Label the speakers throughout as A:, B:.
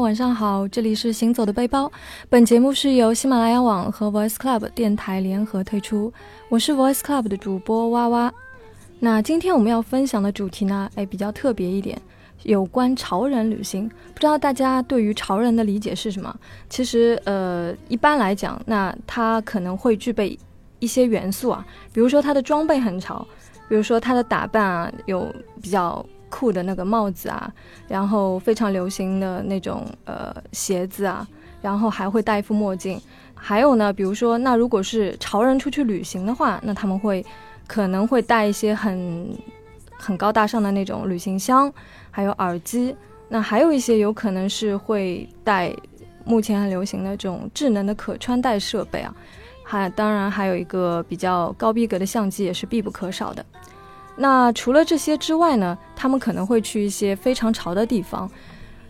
A: 晚上好，这里是行走的背包。本节目是由喜马拉雅网和 Voice Club 电台联合推出，我是 Voice Club 的主播哇哇。那今天我们要分享的主题呢，哎，比较特别一点，有关潮人旅行。不知道大家对于潮人的理解是什么？其实，呃，一般来讲，那他可能会具备一些元素啊，比如说他的装备很潮，比如说他的打扮啊，有比较。酷的那个帽子啊，然后非常流行的那种呃鞋子啊，然后还会戴一副墨镜，还有呢，比如说，那如果是潮人出去旅行的话，那他们会可能会带一些很很高大上的那种旅行箱，还有耳机，那还有一些有可能是会带目前很流行的这种智能的可穿戴设备啊，还当然还有一个比较高逼格的相机也是必不可少的。那除了这些之外呢，他们可能会去一些非常潮的地方。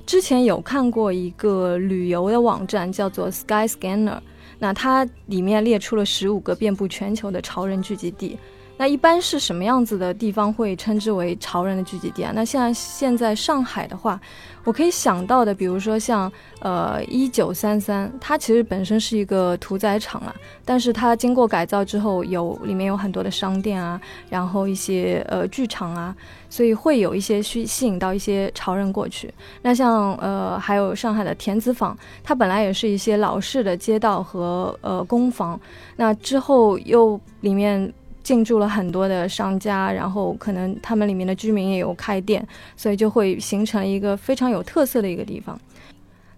A: 之前有看过一个旅游的网站，叫做 Sky Scanner，那它里面列出了十五个遍布全球的潮人聚集地。那一般是什么样子的地方会称之为潮人的聚集地啊？那像现在上海的话，我可以想到的，比如说像呃一九三三，它其实本身是一个屠宰场啊，但是它经过改造之后有，有里面有很多的商店啊，然后一些呃剧场啊，所以会有一些吸吸引到一些潮人过去。那像呃还有上海的田子坊，它本来也是一些老式的街道和呃工坊，那之后又里面。进驻了很多的商家，然后可能他们里面的居民也有开店，所以就会形成一个非常有特色的一个地方。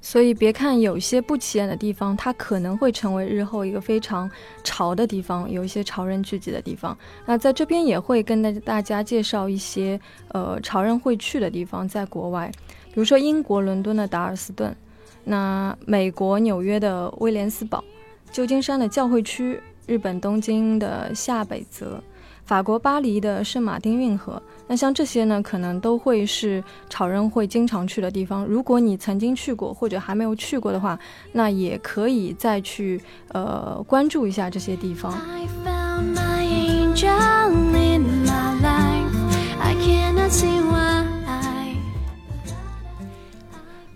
A: 所以别看有些不起眼的地方，它可能会成为日后一个非常潮的地方，有一些潮人聚集的地方。那在这边也会跟大大家介绍一些呃潮人会去的地方，在国外，比如说英国伦敦的达尔斯顿，那美国纽约的威廉斯堡，旧金山的教会区。日本东京的下北泽，法国巴黎的圣马丁运河，那像这些呢，可能都会是潮人会经常去的地方。如果你曾经去过或者还没有去过的话，那也可以再去呃关注一下这些地方。I found my angel in my life. I cannot see why.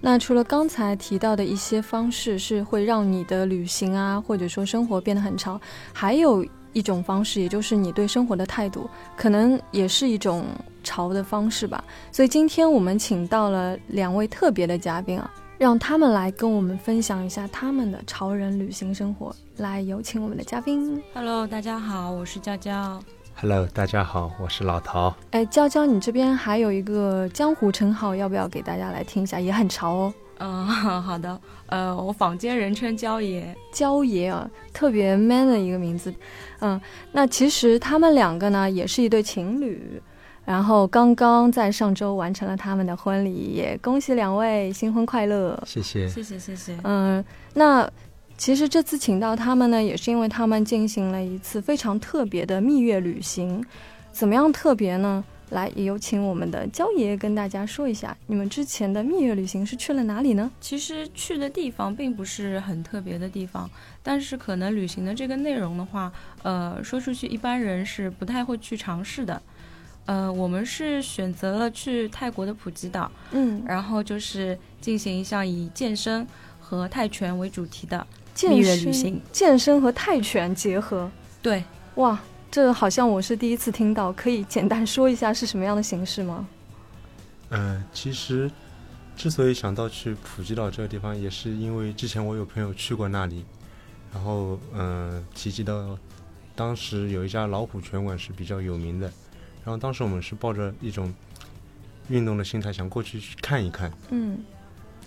A: 那除了刚才提到的一些方式是会让你的旅行啊，或者说生活变得很潮，还有一种方式，也就是你对生活的态度，可能也是一种潮的方式吧。所以今天我们请到了两位特别的嘉宾啊，让他们来跟我们分享一下他们的潮人旅行生活。来，有请我们的嘉宾。
B: Hello，大家好，我是娇娇。
C: Hello，大家好，我是老陶。
A: 哎，娇娇，你这边还有一个江湖称号，要不要给大家来听一下？也很潮哦。
B: 嗯， 好的。呃，我坊间人称娇爷。
A: 娇爷啊，特别 man 的一个名字。嗯，那其实他们两个呢，也是一对情侣，然后刚刚在上周完成了他们的婚礼，也恭喜两位新婚快乐。
C: 谢谢，
B: 谢谢，谢谢。
A: 嗯，那。其实这次请到他们呢，也是因为他们进行了一次非常特别的蜜月旅行。怎么样特别呢？来，也有请我们的焦爷爷跟大家说一下，你们之前的蜜月旅行是去了哪里呢？
B: 其实去的地方并不是很特别的地方，但是可能旅行的这个内容的话，呃，说出去一般人是不太会去尝试的。呃，我们是选择了去泰国的普吉岛，
A: 嗯，
B: 然后就是进行一项以健身和泰拳为主题的。
A: 健身
B: 旅行，
A: 健身和泰拳结合，
B: 对，
A: 哇，这好像我是第一次听到，可以简单说一下是什么样的形式吗？
C: 嗯、呃，其实之所以想到去普吉岛这个地方，也是因为之前我有朋友去过那里，然后嗯、呃，提及到当时有一家老虎拳馆是比较有名的，然后当时我们是抱着一种运动的心态想过去去看一看，
A: 嗯。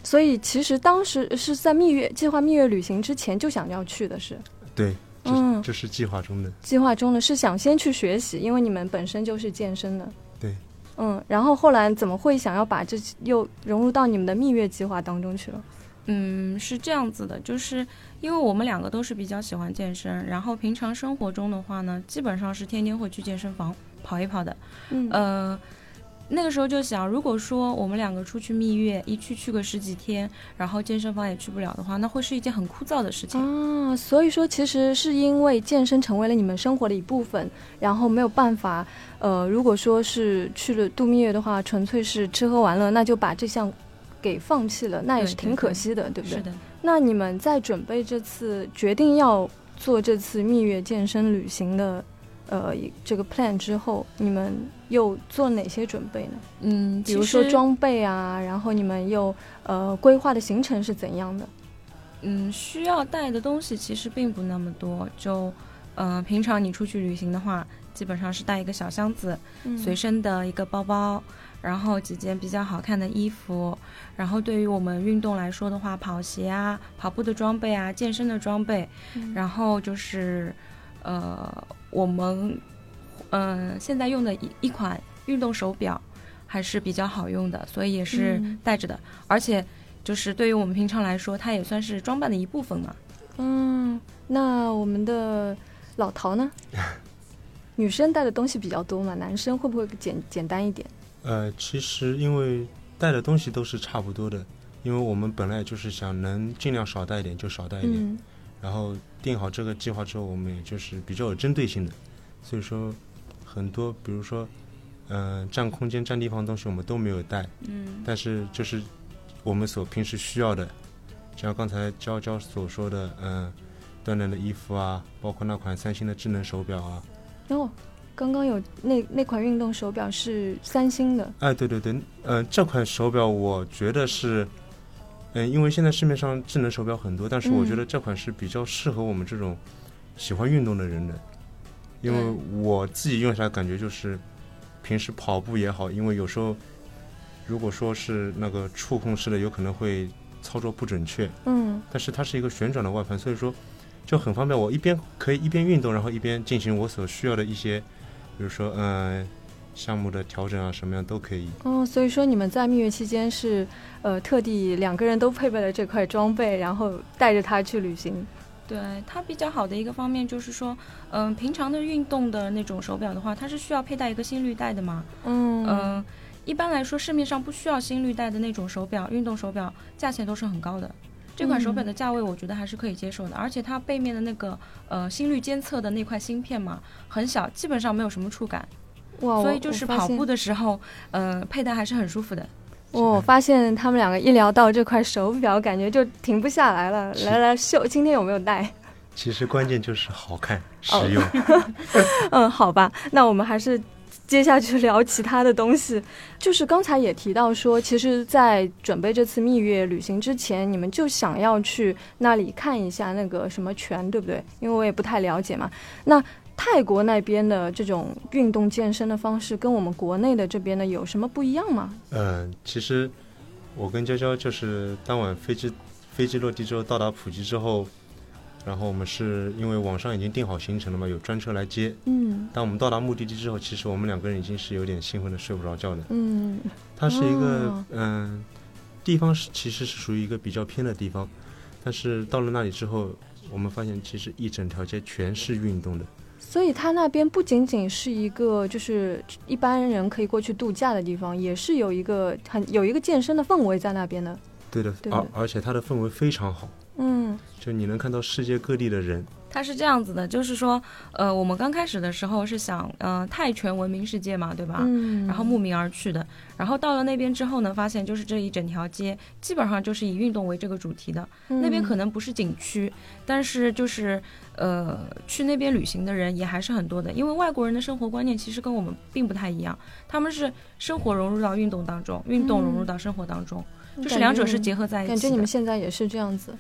A: 所以其实当时是在蜜月计划蜜月旅行之前就想要去的是，
C: 对，这嗯，这是计划中的。
A: 计划中的是想先去学习，因为你们本身就是健身的。
C: 对，
A: 嗯，然后后来怎么会想要把这又融入到你们的蜜月计划当中去了？
B: 嗯，是这样子的，就是因为我们两个都是比较喜欢健身，然后平常生活中的话呢，基本上是天天会去健身房跑一跑的。
A: 嗯，
B: 呃。那个时候就想，如果说我们两个出去蜜月，一去去个十几天，然后健身房也去不了的话，那会是一件很枯燥的事情
A: 啊。所以说，其实是因为健身成为了你们生活的一部分，然后没有办法，呃，如果说是去了度蜜月的话，纯粹是吃喝玩乐，那就把这项给放弃了，那也
B: 对
A: 是
B: 对
A: 挺可
B: 对
A: 惜的，对不对？
B: 是的，
A: 那你们在准备这次决定要做这次蜜月健身旅行的，呃，一这个 plan 之后，你们又做哪些准备呢？
B: 嗯，
A: 比
B: 其
A: 如说
B: 实
A: 装备啊，然后你们又呃规划的行程是怎样的？
B: 嗯，需要带的东西其实并不那么多。就，呃，平常你出去旅行的话，基本上是带一个小箱子，随身的一个包包，然后几件比较好看的衣服，然后对于我们运动来说的话，跑鞋啊、跑步的装备啊、健身的装备，
A: 嗯
B: 然后就是，呃，我们，嗯、现在用的一一款运动手表还是比较好用的，所以也是
A: 嗯
B: 带着的，而且就是对于我们平常来说，它也算是装扮的一部分嘛。
A: 嗯，那我们的老陶呢？女生带的东西比较多嘛，男生会不会简简单一点？
C: 呃，其实因为带的东西都是差不多的，因为我们本来就是想能尽量少带一点就少带一点，
A: 嗯
C: 然后定好这个计划之后，我们也就是比较有针对性的，所以说很多比如说，嗯、占空间占地方的东西我们都没有带，
B: 嗯
C: 但是就是我们所平时需要的，就像刚才娇娇所说的，嗯、锻炼的衣服啊，包括那款三星的智能手表啊，
A: 然后、哦刚刚有那那款运动手表是三星的，
C: 哎，对对对，嗯、这款手表我觉得是，嗯、因为现在市面上智能手表很多，但是
A: 嗯
C: 我觉得这款是比较适合我们这种喜欢运动的人的，因为我自己用下来感觉就是，平时跑步也好，因为有时候如果说是那个触控式的，有可能会操作不准确，
A: 嗯
C: 但是它是一个旋转的外盘，所以说就很方便。我一边可以一边运动，然后一边进行我所需要的一些，比如说嗯、呃项目的调整啊，什么样都可以。
A: 哦，所以说你们在蜜月期间是呃特地两个人都配备了这块装备，然后带着它去旅行。
B: 对它比较好的一个方面就是说，嗯、平常的运动的那种手表的话，它是需要佩戴一个心率带的嘛。
A: 嗯
B: 嗯、一般来说市面上不需要心率带的那种手表，运动手表价钱都是很高的。这款手表
A: 嗯
B: 的价位我觉得还是可以接受的，而且它背面的那个呃心率监测的那块芯片嘛，很小，基本上没有什么触感，
A: 哇，哦我
B: 所以就是跑步
A: 的。
B: 的时候，呃，佩戴还是很舒服的。
A: 我发现他们两个一聊到这块手表，感觉就停不下来了。
C: 是
A: 来来秀，今天有没有带？
C: 其实关键就是好看、实
A: 哦
C: 用。
A: 嗯，好吧，那我们还是接下去聊其他的东西。就是刚才也提到说，其实，在准备这次蜜月旅行之前，你们就想要去那里看一下那个什么泉，对不对？因为我也不太了解嘛。那泰国那边的这种运动健身的方式，跟我们国内的这边的有什么不一样吗？
C: 嗯、其实我跟娇娇就是当晚飞机飞机落地之后到达普吉之后，然后我们是因为网上已经定好行程了嘛，有专车来接。
A: 嗯
C: 当我们到达目的地之后，其实我们两个人已经是有点兴奋的睡不着觉了。
A: 嗯
C: 它是一个
A: 哦
C: 嗯、地方是其实是属于一个比较偏的地方，但是到了那里之后，我们发现其实一整条街全是运动的。
A: 所以它那边不仅仅是一个就是一般人可以过去度假的地方，也是有一个很有一个健身的氛围在那边的。
C: 对的，
A: 对
C: 而
A: 的
C: 而且它的氛围非常好，
A: 嗯
C: 就你能看到世界各地的人。
B: 它是这样子的，就是说，呃，我们刚开始的时候是想，呃，泰拳闻名世界嘛，对吧？
A: 嗯，
B: 啊然后慕名而去的。然后到了那边之后呢，发现就是这一整条街基本上就是以运动为这个主题的。那边可
A: 能
B: 能不是景区，但是就是呃，去那边旅行的人也还是很多的，因为外国人的生活观念其实跟我们并不太一样，他们是生活融入到运动当中，运动融入到生活当中，就是两者是结合在一
A: 嗯感嗯觉
B: 起
A: 你
B: 的
A: 们。现在也是这样子。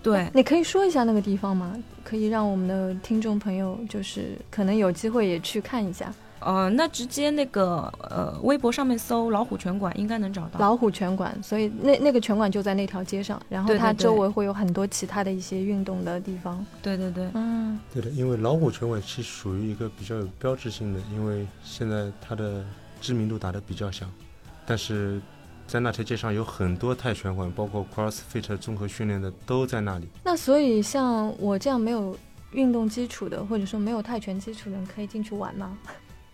B: 对，
A: 你可以说一下那个地方吗？可以让我们的听众朋友就是可能有机会也去看一下
B: 呃，那直接那个呃，微博上面搜“老虎拳馆”应该能找到。
A: 老虎拳馆，所以那那个拳馆就在那条街上，然后
B: 对对
A: 它
B: 对
A: 周围会有很多其他的一些运动的地方。
B: 对对对，
A: 嗯
C: 对的，因为老虎拳馆是属于一个比较有标志性的，因为现在它的知名度打得比较响，但是在那条街上有很多泰拳馆，包括 CrossFit 综合训练的都在那里。
A: 那所以像我这样没有运动基础的，或者说没有泰拳基础的人，可以进去玩吗？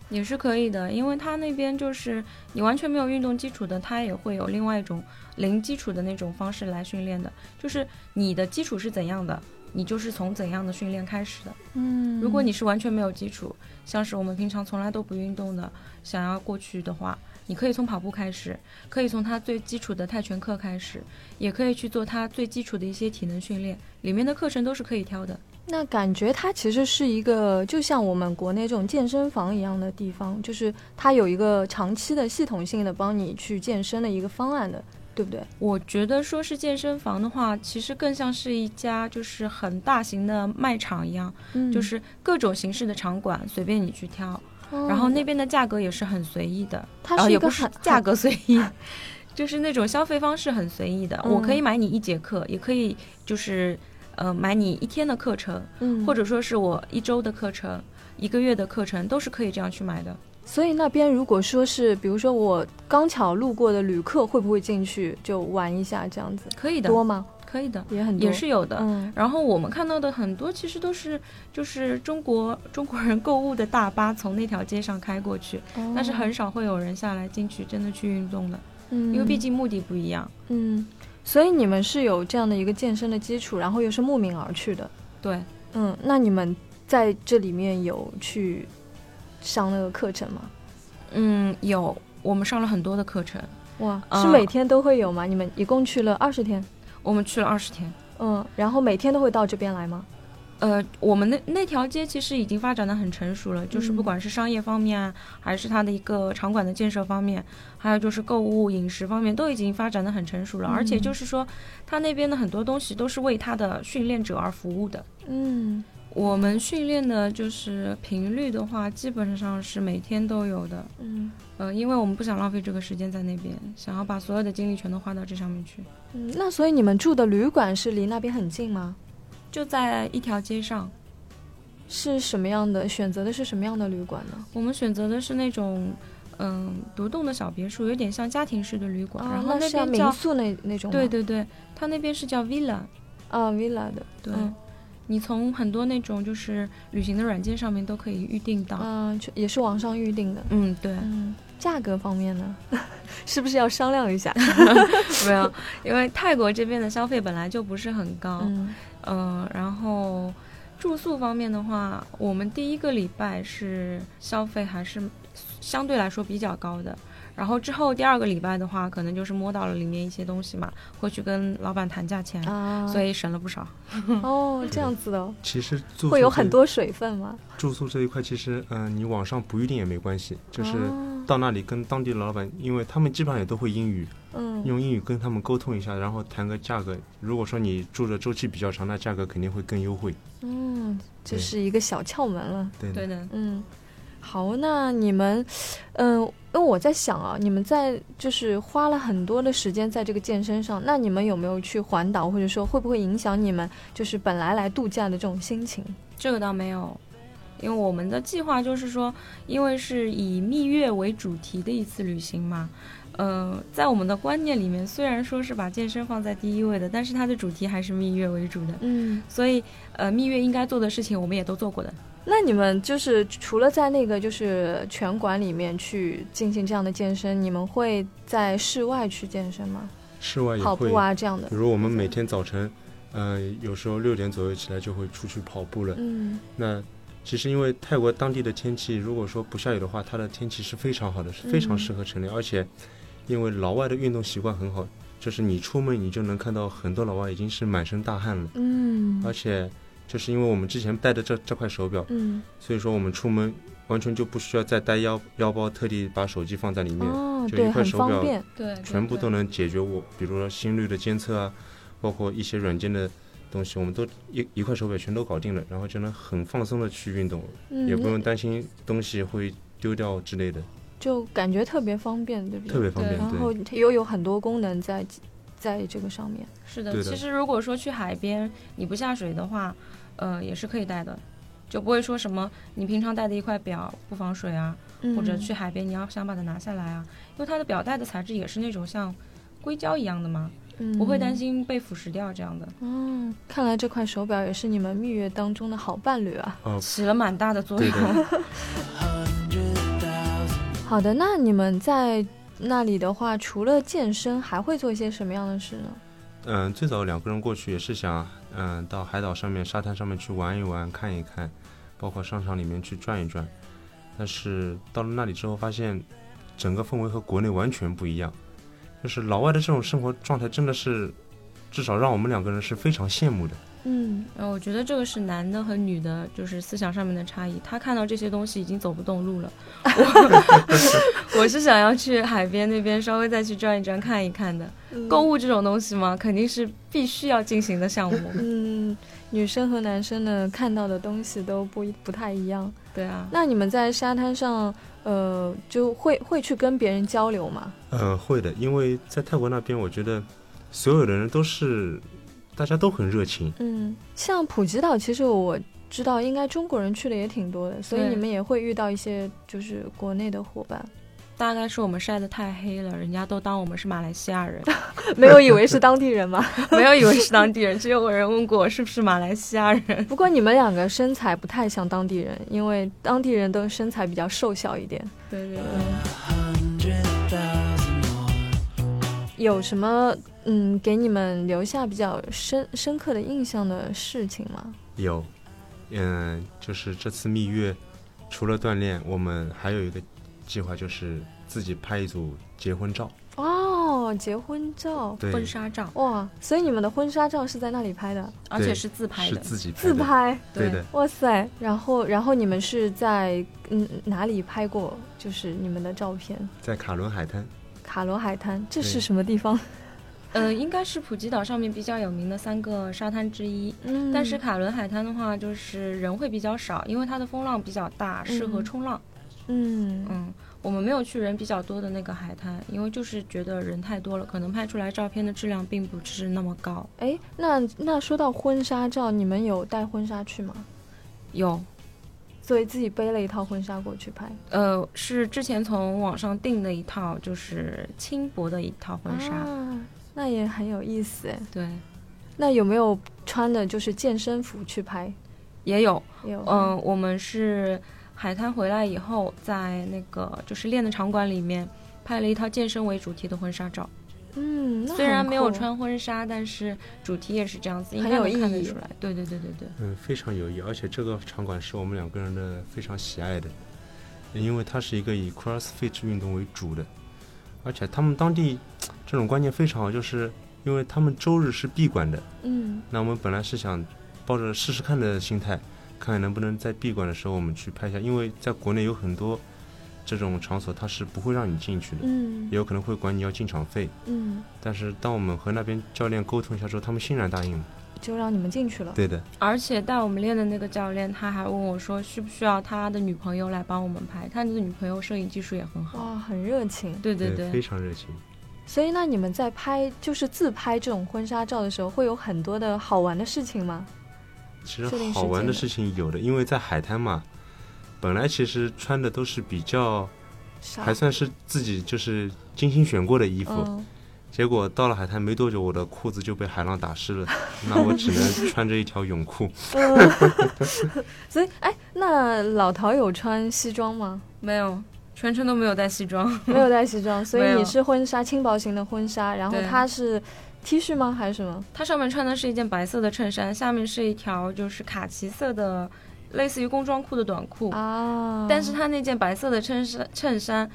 B: 也是可以的，因为他那边就是你完全没有运动基础的，他也会有另外一种零基础的那种方式来训练的，就是你的基础是怎样的，你就是从怎样的训练开始的。
A: 嗯
B: 如果你是完全没有基础，像是我们平常从来都不运动的，想要过去的话，你可以从跑步开始，可以从它最基础的泰拳课开始，也可以去做它最基础的一些体能训练，里面的课程都是可以挑的。
A: 那感觉它其实是一个，就像我们国内这种健身房一样的地方，就是它有一个长期的系统性的帮你去健身的一个方案的，对不对？
B: 我觉得说是健身房的话，其实更像是一家就是很大型的卖场一样，
A: 嗯
B: 就是各种形式的场馆随便你去挑，
A: 哦
B: 然后那边的价格也是很随意的，
A: 它
B: 然后
A: 是一
B: 也
A: 个
B: 不是
A: 很
B: 价格随意， 就是那种消费方式很随意的。我可以
A: 嗯
B: 买你一节课，也可以就是呃买你一天的课程，
A: 嗯
B: 或者说是我一周的课程、一个月的课程，都是可以这样去买的。
A: 所以那边如果说是，比如说我刚巧路过的旅客，会不会进去就玩一下这样子？
B: 可以的，
A: 多吗？
B: 可以的，
A: 也很多，
B: 也是有的。
A: 嗯
B: 然后我们看到的很多其实都是就是中国 中国人购物的大巴从那条街上开过去，
A: 哦
B: 但是很少会有人下来进去真的去运动的，
A: 嗯，
B: 因为毕竟目的不一样。
A: 嗯，所以你们是有这样的一个健身的基础，然后又是慕名而去的。
B: 对，
A: 嗯，那你们在这里面有去上那个课程吗？
B: 嗯，有我们上了很多的课程，
A: 哇，嗯
B: 啊
A: 是每天都会有吗？你们一共去了二十天，
B: 我们去了二十天。
A: 嗯，然后每天都会到这边来吗？
B: 呃，我们那那条街其实已经发展的很成熟了，就是
A: 嗯
B: 不管是商业方面啊，还是它的一个场馆的建设方面，还有就是购物、饮食方面，都已经发展的很成熟了。而且
A: 嗯
B: 就是说，它那边的很多东西都是为它的训练者而服务的。
A: 嗯，
B: 我们训练的就是频率的话，基本上是每天都有的。
A: 嗯
B: 呃，因为我们不想浪费这个时间在那边，想要把所有的精力全都花到这上面去。
A: 嗯，那所以你们住的旅馆是离那边很近吗？
B: 就在一条街上，
A: 是什么样的选择的是什么样的旅馆呢？
B: 我们选择的是那种，嗯，独栋的小别墅，有点像家庭式的旅馆。然后
A: 啊那是要
B: 边
A: 民
B: 叫，
A: 宿那那种吗
B: 对对对，它那边是叫 villa。
A: 啊 villa 的
B: 对，
A: 嗯
B: 你从很多那种就是旅行的软件上面都可以预定到。
A: 啊，就也是网上预定的。
B: 嗯，对，
A: 嗯，价格方面呢， 是不是要商量一下？
B: 没有，因为泰国这边的消费本来就不是很高，
A: 嗯
B: 嗯、然后住宿方面的话，我们第一个礼拜是消费还是相对来说比较高的，然后之后第二个礼拜的话，可能就是摸到了里面一些东西嘛，会去跟老板谈价钱，
A: 啊，
B: 所以省了不少。
A: 哦，这样子的哦，
C: 其实住宿
A: 会有
C: 这
A: 很多水分吗？
C: 住宿这一块，其实嗯、呃你网上不预定也没关系，就是
A: 哦
C: 到那里跟当地老板，因为他们基本上也都会英语，
A: 嗯
C: 用英语跟他们沟通一下，然后谈个价格。如果说你住的周期比较长，那价格肯定会更优惠。
A: 嗯，这是一个小窍门了。
C: 对的
B: 对的，
A: 嗯，好，那你们，嗯、因为我在想啊，你们在就是花了很多的时间在这个健身上，那你们有没有去环岛，或者说会不会影响你们就是本来来度假的这种心情？
B: 这个倒没有。因为我们的计划就是说，因为是以蜜月为主题的一次旅行嘛，呃，在我们的观念里面，虽然说是把健身放在第一位的，但是它的主题还是蜜月为主的。
A: 嗯，
B: 所以，呃，蜜月应该做的事情，我们也都做过的。
A: 那你们就是除了在那个就是拳馆里面去进行这样的健身，你们会在室外去健身吗？
C: 室外也
A: 跑
C: 会，
A: 步啊这样的
C: 比。如我们每天早晨，呃，有时候六点左右起来就会出去跑步了。
A: 嗯
C: 那其实因为泰国当地的天气，如果说不下雨的话，它的天气是非常好的，是非常适合晨练，而且因为老外的运动习惯很好，就是你出门你就能看到很多老外已经是满身大汗了，而
A: 嗯
C: 且就是因为我们之前戴的这这块手表，
A: 嗯
C: 所以说我们出门完全就不需要再带腰腰包，特地把手机放在里面，
A: 哦，
C: 就
A: 对，
C: 一块
A: 很
C: 手
A: 方
C: 表
A: 便。
B: 对，
C: 全部都能解决我，比如说心率的监测啊，包括一些软件的东西，我们都一一块手表全都搞定了，然后就能很放松的去运动，
A: 嗯，
C: 也不用担心东西会丢掉之类的，
A: 就感觉特别方便，嗯对不对？
C: 特别方便
B: 对。
A: 然后
C: 对，
A: 它又有很多功能在在这个上面。
B: 是的。
C: 对的
B: 其实如果说去海边你不下水的话，呃，也是可以带的，就不会说什么你平常带的一块表不防水啊，
A: 嗯
B: 或者去海边你要想把它拿下来啊，因为它的表带的材质也是那种像硅胶一样的嘛，不会担。
A: 嗯
B: 心被腐蚀掉这样的，
A: 哦，看来这块手表也是你们蜜月当中的好伴侣啊。
C: 啊、
B: 起了蛮大的作
C: 对
B: 用。
C: 的，
A: 好的，那你们在那里的话，除了健身，还会做一些什么样的事呢？
C: 嗯、最早两个人过去也是想，嗯、到海岛上面、沙滩上面去玩一玩、看一看，包括商场里面去转一转，但是到了那里之后发现。整个氛围和国内完全不一样。就是老外的这种生活状态，真的是至少让我们两个人是非常羡慕的。
A: 嗯，
B: 呃，我觉得这个是男的和女的，就是思想上面的差异。他看到这些东西已经走不动路了，我 我是想要去海边那边稍微再去转一转看一看的。购物这种东西嘛，肯定是必须要进行的项目。
A: 嗯，女生和男生呢看到的东西都不一不太一样。
B: 对啊，
A: 那你们在沙滩上，呃，就会会去跟别人交流吗？
C: 呃，会的，因为在泰国那边，我觉得所有的人都是大家都很热情。
A: 嗯，像普吉岛，其实我知道应该中国人去的也挺多的，所以
B: 对
A: 你们也会遇到一些就是国内的伙 伴，
B: 大概是我们晒得太黑了，人家都当我们是马来西亚人，
A: 没有以为是当地人 嘛。
B: 没有以为是当地人。只有人问过我是不是马来西亚人。
A: 不过你们两个身材不太像当地人，因为当地人都身材比较瘦小一点。
B: 对对对。
A: 有什么嗯给你们留下比较深深刻的印象的事情吗？
C: 有，嗯，就是这次蜜月，除了锻炼，我们还有一个计划，就是自己拍一组结婚照。
A: 哦，结婚照
C: 对，
B: 婚纱照，
A: 哇！所以你们的婚纱照是在那里拍的，
B: 而且是自拍
C: 是
B: 的，
C: 自己拍
A: 自
C: 的。
A: 拍。
C: 对
B: 对
C: 的，
A: 哇塞！然后，然后你们是在嗯哪里拍过？就是你们的照片？
C: 在卡伦海滩。
A: 卡罗海滩，这是
C: 对
A: 什么地方？
B: 呃，应该是普吉岛上面比较有名的三个沙滩之一。
A: 嗯
B: 但是卡伦海滩的话，就是人会比较少，因为它的风浪比较大，适合
A: 嗯
B: 冲浪。
A: 嗯
B: 嗯，我们没有去人比较多的那个海滩，因为就是觉得人太多了，可能拍出来照片的质量并不是那么高。
A: 哎，那那说到婚纱照，你们有带婚纱去吗？
B: 有，
A: 所以自己背了一套婚纱过去拍
B: 呃，是之前从网上订的一套，就是轻薄的一套婚纱。
A: 啊，那也很有意思哎。
B: 对，
A: 那有没有穿的就是健身服去拍？
B: 也有。
A: 有，
B: 嗯、我们是海滩回来以后，在那个就是练的场馆里面拍了一套健身为主题的婚纱照。
A: 嗯，那
B: 虽然
A: 很
B: 没有
A: 酷，
B: 穿婚纱，但是主题也是这样子，应
A: 很
B: 该
A: 有
B: 能看
A: 意
B: 得
A: 义
B: 出来。对对对对对，
C: 嗯，非常有意，而且这个场馆是我们两个人的非常喜爱的，因为它是一个以 CrossFit 运动为主的，而且他们当地这种观念非常好，就是因为他们周日是闭馆的。
A: 嗯
C: 那我们本来是想抱着试试看的心态，看看能不能在闭馆的时候我们去拍一下，因为在国内有很多这种场所它是不会让你进去的，
A: 嗯
C: 也有可能会管你要进场费。
A: 嗯，
C: 但是当我们和那边教练沟通一下之后，他们欣然答应了。
A: 就让你们进去了。
C: 对的，
B: 而且带我们练的那个教练，他还问我说，需不需要他的女朋友来帮我们拍？他的女朋友摄影技术也很好。
A: 哇，很热情。
B: 对对
C: 非常热情。
A: 所以那你们在拍就是自拍这种婚纱照的时候，会有很多的好玩的事情吗？
C: 其实
A: 这类
C: 好
A: 事
C: 玩
A: 件的
C: 的事情有的，因为在海滩嘛，本来其实穿的都是比较
A: 啥
C: 还算是自己就是精心选过的衣服，
A: 啊嗯，
C: 结果到了海滩没多久，我的裤子就被海浪打湿了，那我只能穿着一条泳裤。
A: 所以哎，那老陶有穿西装吗？
B: 没有，全程都没有带西装。
A: 没有带西装，所
B: 没
A: 以
B: 有
A: 你是婚纱轻薄型的婚纱，然后
B: 对
A: 他是 T 恤吗？还是什么？
B: 他上面穿的是一件白色的衬衫，下面是一条就是卡其色的，类似于工装裤的短裤。
A: 啊，
B: 但是他那件白色的衬衫，衬衫，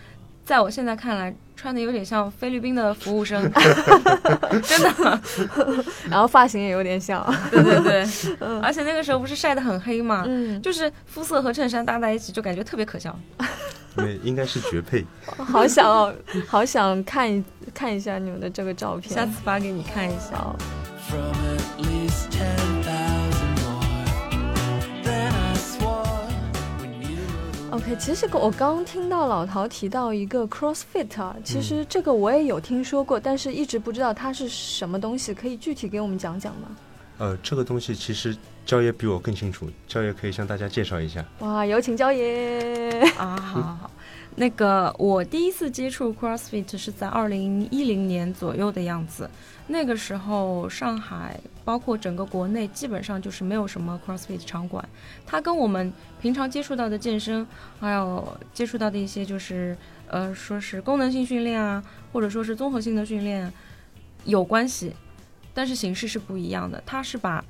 B: 在我现在看来，穿的有点像菲律宾的服务生，真的，
A: 然后发型也有点像，
B: 对对 对，而且那个时候不是晒得很黑嘛，
A: 嗯，
B: 就是肤色和衬衫搭在一起，就感觉特别可笑。
C: 对，应该是绝配。
A: 好想哦好想看一看一下你们的这个照片。
B: 下次发给你看一下。
A: 好
D: From at least 10,000 more than I swore when you were
A: OK，其实我刚听到老陶提到一个 CrossFit，啊，其实这个我也有听说过，但是一直不知道它是什么东西，可以具体给我们讲讲吗？
C: 呃，这个东西其实焦爷比我更清楚，焦爷可以向大家介绍一下。
A: 哇，有请焦 爷。
B: 啊，好好好。那个，我第一次接触 CrossFit 是在二零一零年左右的样子。那个时候，上海包括整个国内基本上就是没有什么 CrossFit 场馆。它跟我们平常接触到的健身，还有接触到的一些就是呃，说是功能性训练啊，或者说是综合性的训练有关系，但是形式是不一样的。它是把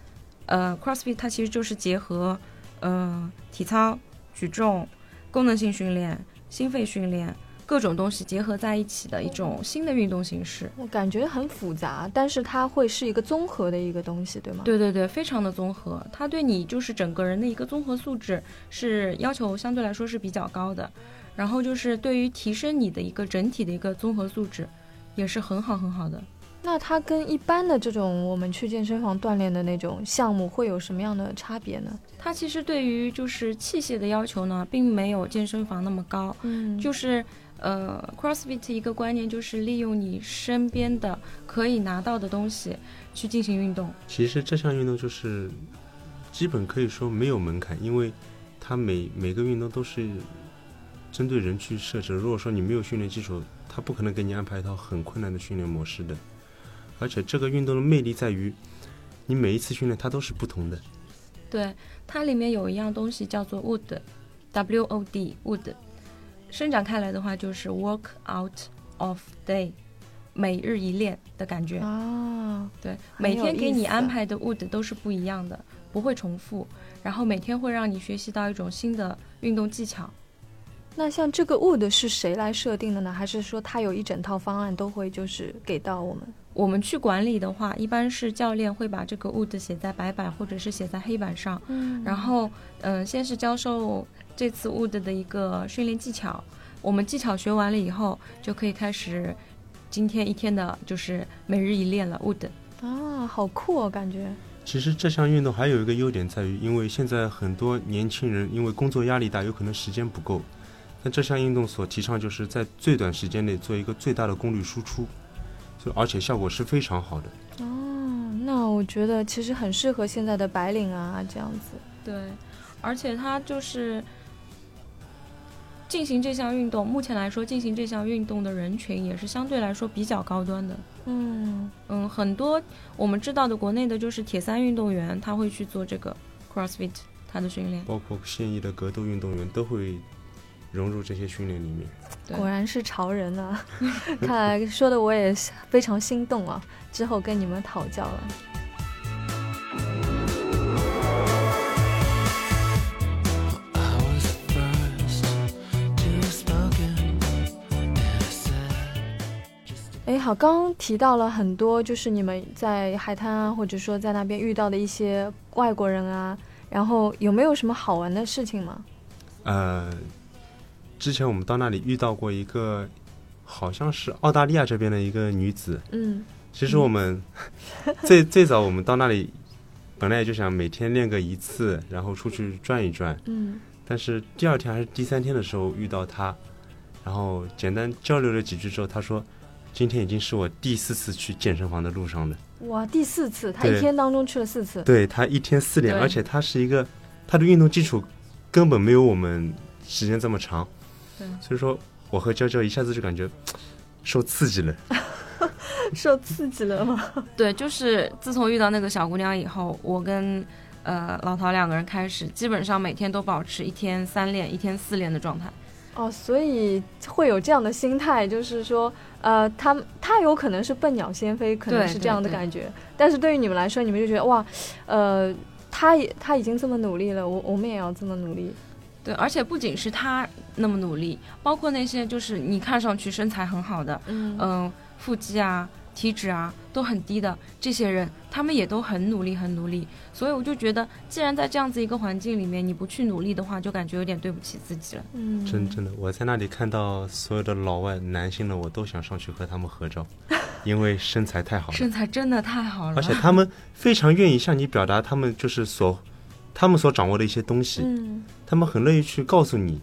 B: 呃 CrossFit 它其实就是结合呃体操、举重。功能性训练、心肺训练、各种东西结合在一起的一种新的运动形式。
A: 我感觉很复杂，但是它会是一个综合的一个东西，对吗？
B: 对对对，非常的综合，它对你就是整个人的一个综合素质是要求相对来说是比较高的，然后就是对于提升你的一个整体的一个综合素质，也是很好很好的。
A: 那它跟一般的这种我们去健身房锻炼的那种项目会有什么样的差别呢？
B: 它其实对于就是器械的要求呢，并没有健身房那么高，
A: 嗯
B: 就是呃，CrossFit 一个观念就是利用你身边的可以拿到的东西去进行运动。
C: 其实这项运动就是基本可以说没有门槛，因为它每每个运动都是针对人去设置的。如果说你没有训练基础，它不可能给你安排一套很困难的训练模式的。而且这个运动的魅力在于，你每一次训练它都是不同的。
B: 对，它里面有一样东西叫做 wood，W O D wood，伸展开来的话就是 work out of day，每日一练的感觉。
A: 啊，
B: 对，
A: 很
B: 每
A: 有
B: 天给
A: 意
B: 你
A: 思
B: 安排的 wood 都是不一样的，不会重复，然后每天会让你学习到一种新的运动技巧。
A: 那像这个 wood 是谁来设定的呢？还是说它有一整套方案都会就是给到我们？
B: 我们去管理的话，一般是教练会把这个 wood 写在白板或者是写在黑板上，
A: 嗯
B: 然后嗯、呃先是教授这次 wood 的一个训练技巧。我们技巧学完了以后，就可以开始今天一天的就是每日一练了 wood。
A: 啊，好酷哦，感觉
C: 其实这项运动还有一个优点在于，因为现在很多年轻人因为工作压力大，有可能时间不够。那这项运动所提倡就是在最短时间内做一个最大的功率输出，所以而且效果是非常好的。
A: 哦，那我觉得其实很适合现在的白领啊，这样子。
B: 对，而且它就是进行这项运动，目前来说进行这项运动的人群也是相对来说比较高端的。
A: 嗯，
B: 嗯，很多我们知道的国内的就是铁三运动员，他会去做这个 CrossFit 他的训练。
C: 包括现役的格斗运动员都会融入这些训练里面。
B: 对
A: 果然是潮人啊， 看来说的我也是非常心动啊，之后跟你们讨教了。
D: I was the first to smoke it, and I said,
A: 哎，好，刚刚提到了很多，就是你们在海滩啊，或者说在那边遇到的一些外国人啊，然后有没有什么好玩的事情吗？
C: 呃，之前我们到那里遇到过一个，好像是澳大利亚这边的一个女子。
A: 嗯，
C: 其实 我们最最早我们到那里，本来也就想每天练个一次，然后出去转一转。
A: 嗯，
C: 但是第二天还是第三天的时候遇到她，然后简单交流了几句之后，她说：“今天已经是我第四次去健身房的路上了。”
A: 哇，第四次，他
C: 对
A: 一天当中去了四次，
C: 对他一天四练，
B: 对
C: 而且他是一个他的运动基础根本没有我们时间这么长，
B: 对
C: 所以说我和娇娇一下子就感觉受刺激了。
A: 受刺激了吗？
B: 对，就是自从遇到那个小姑娘以后，我跟呃老陶两个人开始，基本上每天都保持一天三练、一天四练的状态。
A: 哦，所以会有这样的心态，就是说，呃，他他有可能是笨鸟先飞，可能
B: 对
A: 是
B: 对
A: 这样的
B: 对
A: 感觉，但是对于你们来说，你们就觉得哇，呃，他也他已经这么努力了，我我们也要这么努力，
B: 对，而且不仅是她那么努力，包括那些就是你看上去身材很好的，
A: 嗯
B: 嗯，腹肌啊、体脂啊都很低的这些人，他们也都很努力，很努力。所以我就觉得，既然在这样子一个环境里面，你不去努力的话，就感觉有点对不起自己了。
A: 嗯，
C: 真真的，我在那里看到所有的老外男性的，我都想上去和他们 合照，因为身材太好了，
B: 身材真的太好了
C: 而，且他们非常愿意向你表达他们就是所他们所掌握的一些东西，
A: 嗯，
C: 他们很乐意去告诉你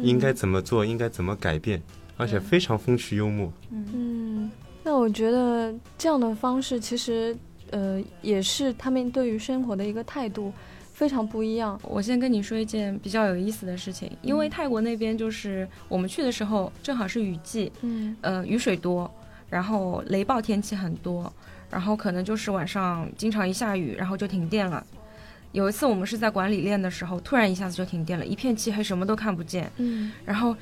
C: 应该
A: 嗯
C: 怎么做，应该怎么改变，而且
B: 嗯
C: 非常风趣幽默。
A: 嗯，那我觉得这样的方式其实，呃，也是他们对于生活的一个态度非常不一样。
B: 我先跟你说一件比较有意思的事情，因为
A: 嗯
B: 泰国那边就是我们去的时候正好是雨季，
A: 嗯
B: 呃，雨水多，然后雷暴天气很多，然后可能就是晚上经常一下雨，然后就停电了。有一次我们是在馆里练的时候，突然一下子就停电了，一片漆黑，什么都看不见。
A: 嗯
B: 然后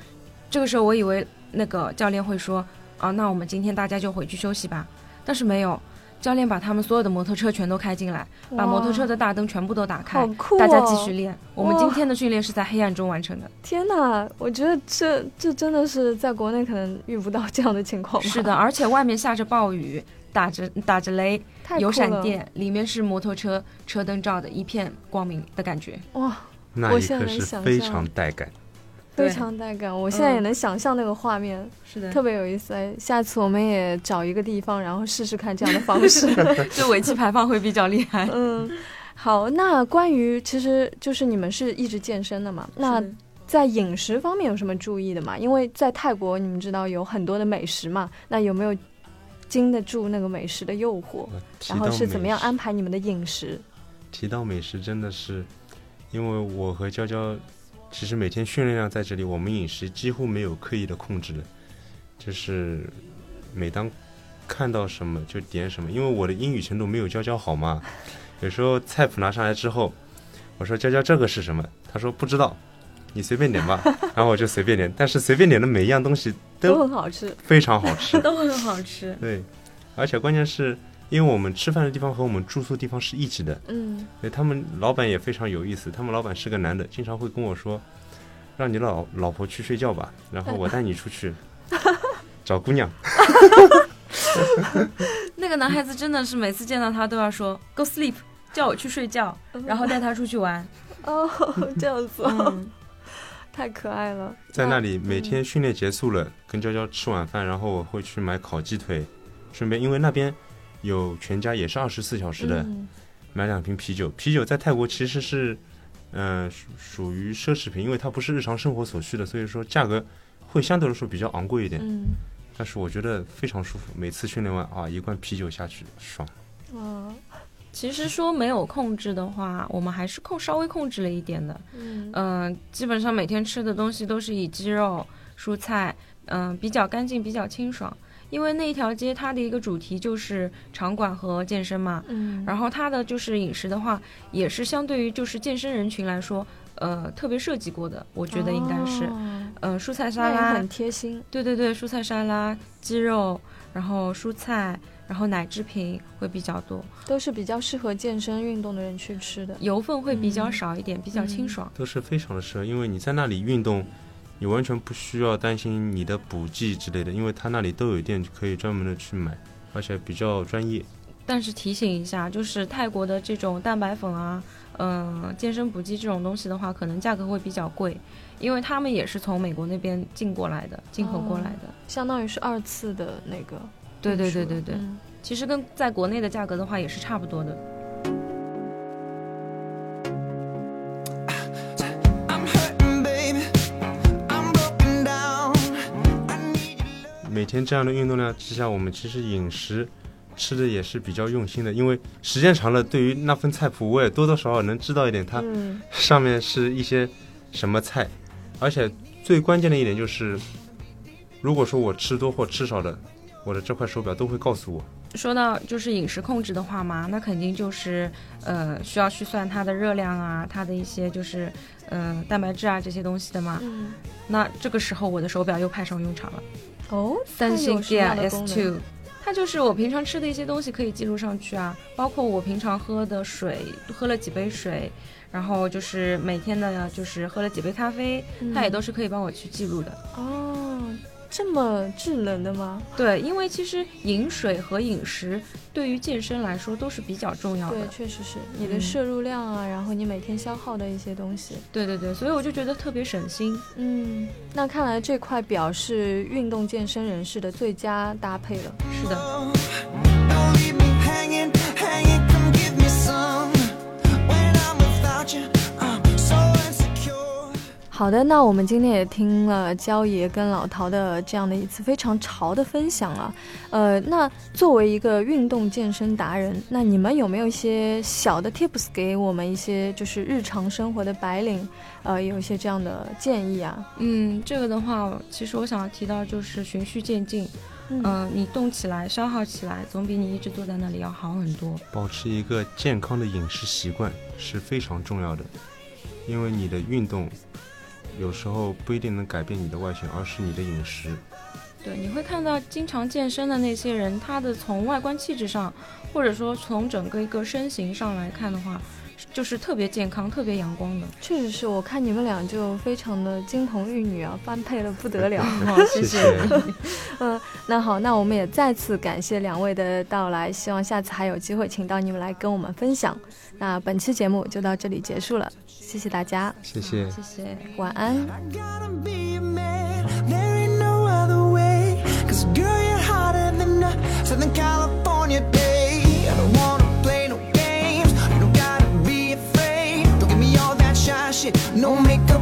B: 这个时候我以为那个教练会说啊，那我们今天大家就回去休息吧，但是没有，教练把他们所有的摩托车全都开进来，把摩托车的大灯全部都打开
A: 好，酷、哦，
B: 大家继续。练。我们
A: 哇
B: 今天的训练是在黑暗中完成的。
A: 天哪，我觉得这这真的是在国内可能遇不到这样的情况吧。
B: 是的，而且外面下着暴雨，打着打着雷，
A: 太酷了，
B: 有闪电，里面是摩托车车灯照的一片光明的感觉。
A: 哇，
C: 那
A: 我
C: 一
A: 现
C: 刻
A: 在能
C: 是
A: 想
C: 非
A: 象
C: 常带感。
A: 非
B: 对
A: 常带感。我现在也
B: 嗯
A: 能想象那个画面，
B: 是的
A: 特别有意思。哎，下次我们也找一个地方，然后试试看这样的方 式。
B: 就尾气排放会比较厉害。
A: 嗯，好，那关于其实就是你们是一直健身的嘛？ 那
B: 是的
A: 在饮食方面有什么注意的吗？因为在泰国你们知道有很多的美食嘛，那有没有经得住那个美食的诱惑？
C: 呃提
A: 然后
C: 到
A: 是怎
C: 美
A: 么样
C: 食
A: 安排你们的饮食？
C: 提到美食，真的是，因为我和娇娇其实每天训练量在这里，我们饮食几乎没有刻意的控制的，就是每当看到什么就点什么。因为我的英语程度没有娇娇好嘛，有时候菜谱拿上来之后，我说娇娇这个是什么，她说不知道，你随便点吧，然后我就随便点，但是随便点的每一样东西
A: 都
C: 都
A: 很好吃，
C: 非常好 吃，
B: 都很好吃。
C: 对，而且关键是因为我们吃饭的地方和我们住宿地方是一起的。
A: 嗯，
C: 对他们老板也非常有意思，他们老板是个男的，经常会跟我说，让你老老婆去睡 觉吧，然后我带你出去找姑娘。
B: 那个男孩子真的是每次见到他都要说 “go sleep”，叫我去睡觉，
A: 嗯
B: 然后带他出去玩。
A: 哦，这样子、哦
B: 嗯，
A: 太可爱了。
C: 在那里每天训练结束了，跟娇娇吃晚饭，然后我会去买烤鸡腿，顺便因为那边有全家也是二十四小时的，
A: 嗯
C: 买两瓶啤酒。啤酒在泰国其实是，嗯、属属于奢侈品，因为它不是日常生活所需的，所以说价格会相对来说比较昂贵一点。
A: 嗯，
C: 但是我觉得非常舒服，每次训练完啊，一罐啤酒下去爽。
A: 哇，
B: 其实说没有控制的话，我们还是控稍微控制了一点的。
A: 嗯，
B: 嗯、基本上每天吃的东西都是以鸡肉、蔬菜，嗯、比较干净，比较清爽。因为那一条街它的一个主题就是场馆和健身嘛，
A: 嗯，
B: 然后它的就是饮食的话，也是相对于就是健身人群来说，呃，特别设计过的，我觉得应该是，
A: 哦
B: 呃，蔬菜
A: 那
B: 沙
A: 也
B: 拉，
A: 很贴心，
B: 对对对，蔬菜沙拉、鸡肉，然后蔬菜，然后奶制品会比较多，
A: 都是比较适合健身运动的人去吃的。
B: 油分会比较
A: 嗯
B: 少一点，比较清
A: 嗯
B: 爽。
C: 都是非常的适合，因为你在那里运动，你完全不需要担心你的补剂之类的，因为他那里都有店可以专门的去买，而且比较专业。
B: 但是提醒一下，就是泰国的这种蛋白粉啊，嗯、健身补剂这种东西的话，可能价格会比较贵，因为他们也是从美国那边进过来的，进口过来的。
A: 相当于是二次的那个
B: 对对
A: 运输
B: 对对对，
A: 哦嗯
B: 其实跟在国内的价格的话也是差不多的。
D: I'm hurting, baby. I'm broken down. I need your love.
C: 每天这样的运动量之下，我们其实饮食吃的也是比较用心的，因为时间长了，对于那份菜谱我也多多少少能知道一点，它
A: 嗯，
C: 上面是一些什么菜，而且最关键的一点就是，如果说我吃多或吃少的，我的这块手表都会告诉我。
B: 说到就是饮食控制的话嘛，那肯定就是呃需要去算它的热量啊，它的一些就是嗯、呃蛋白质啊这些东西的嘛。
A: 嗯
B: 那这个时候我的手表又派上用场了，
A: 哦，
B: 三星
A: 它有什么样
B: Gear
A: 的
B: S
A: 功能
B: Two，它就是我平常吃的一些东西可以记录上去啊，包括我平常喝的水，喝了几杯水，然后就是每天的就是喝了几杯咖啡，它也都是可以帮我去记录的。
A: 嗯哦，这么智能的吗？
B: 对，因为其实饮水和饮食对于健身来说都是比较重要的
A: 对，。确实是你的
B: 嗯
A: 摄入量啊，然后你每天消耗的一些东西。
B: 对对对，所以我就觉得特别省心。
A: 嗯，那看来这块表是运动健身人士的最佳搭配了。
B: 是的，
D: Don't leave me hanging, hanging. Come give me some. When I'm without you, I'm so insecure.
A: 好的，那我们今天也听了焦爷跟老陶的这样的一次非常潮的分享啊。呃，那作为一个运动健身达人，那你们有没有一些小的 tips 给我们一些就是日常生活的白领，呃，有一些这样的建议啊？
B: 嗯，这个的话，其实我想要提到就是循序渐进，嗯、你动起来、消耗起来，总比你一直坐在那里要好很多。
C: 保持一个健康的饮食习惯是非常重要的，因为你的运动有时候不一定能改变你的外形，而是你的饮食。
B: 对，你会看到经常健身的那些人，他的从外观气质上，或者说从整个一个身形上来看的话，是就是特别健康、特别阳光的。
A: 确实是我看你们俩就非常的金童玉女啊，般配的不得 了。
B: 好，谢
C: 谢谢。
A: 嗯，那好，那我们也再次感谢两位的到来，希望下次还有机会请到你们来跟我们分享。那本期节目就到这里结束了，谢谢大家，
C: 谢谢。
B: 谢谢。
A: 晚安。
D: I gotta be a man. There ain't no other way. Cause girl, you're hotter than a Southern California day. I don't wanna play no games. You don't gotta be afraid. Don't give me all that shy shit. No makeup.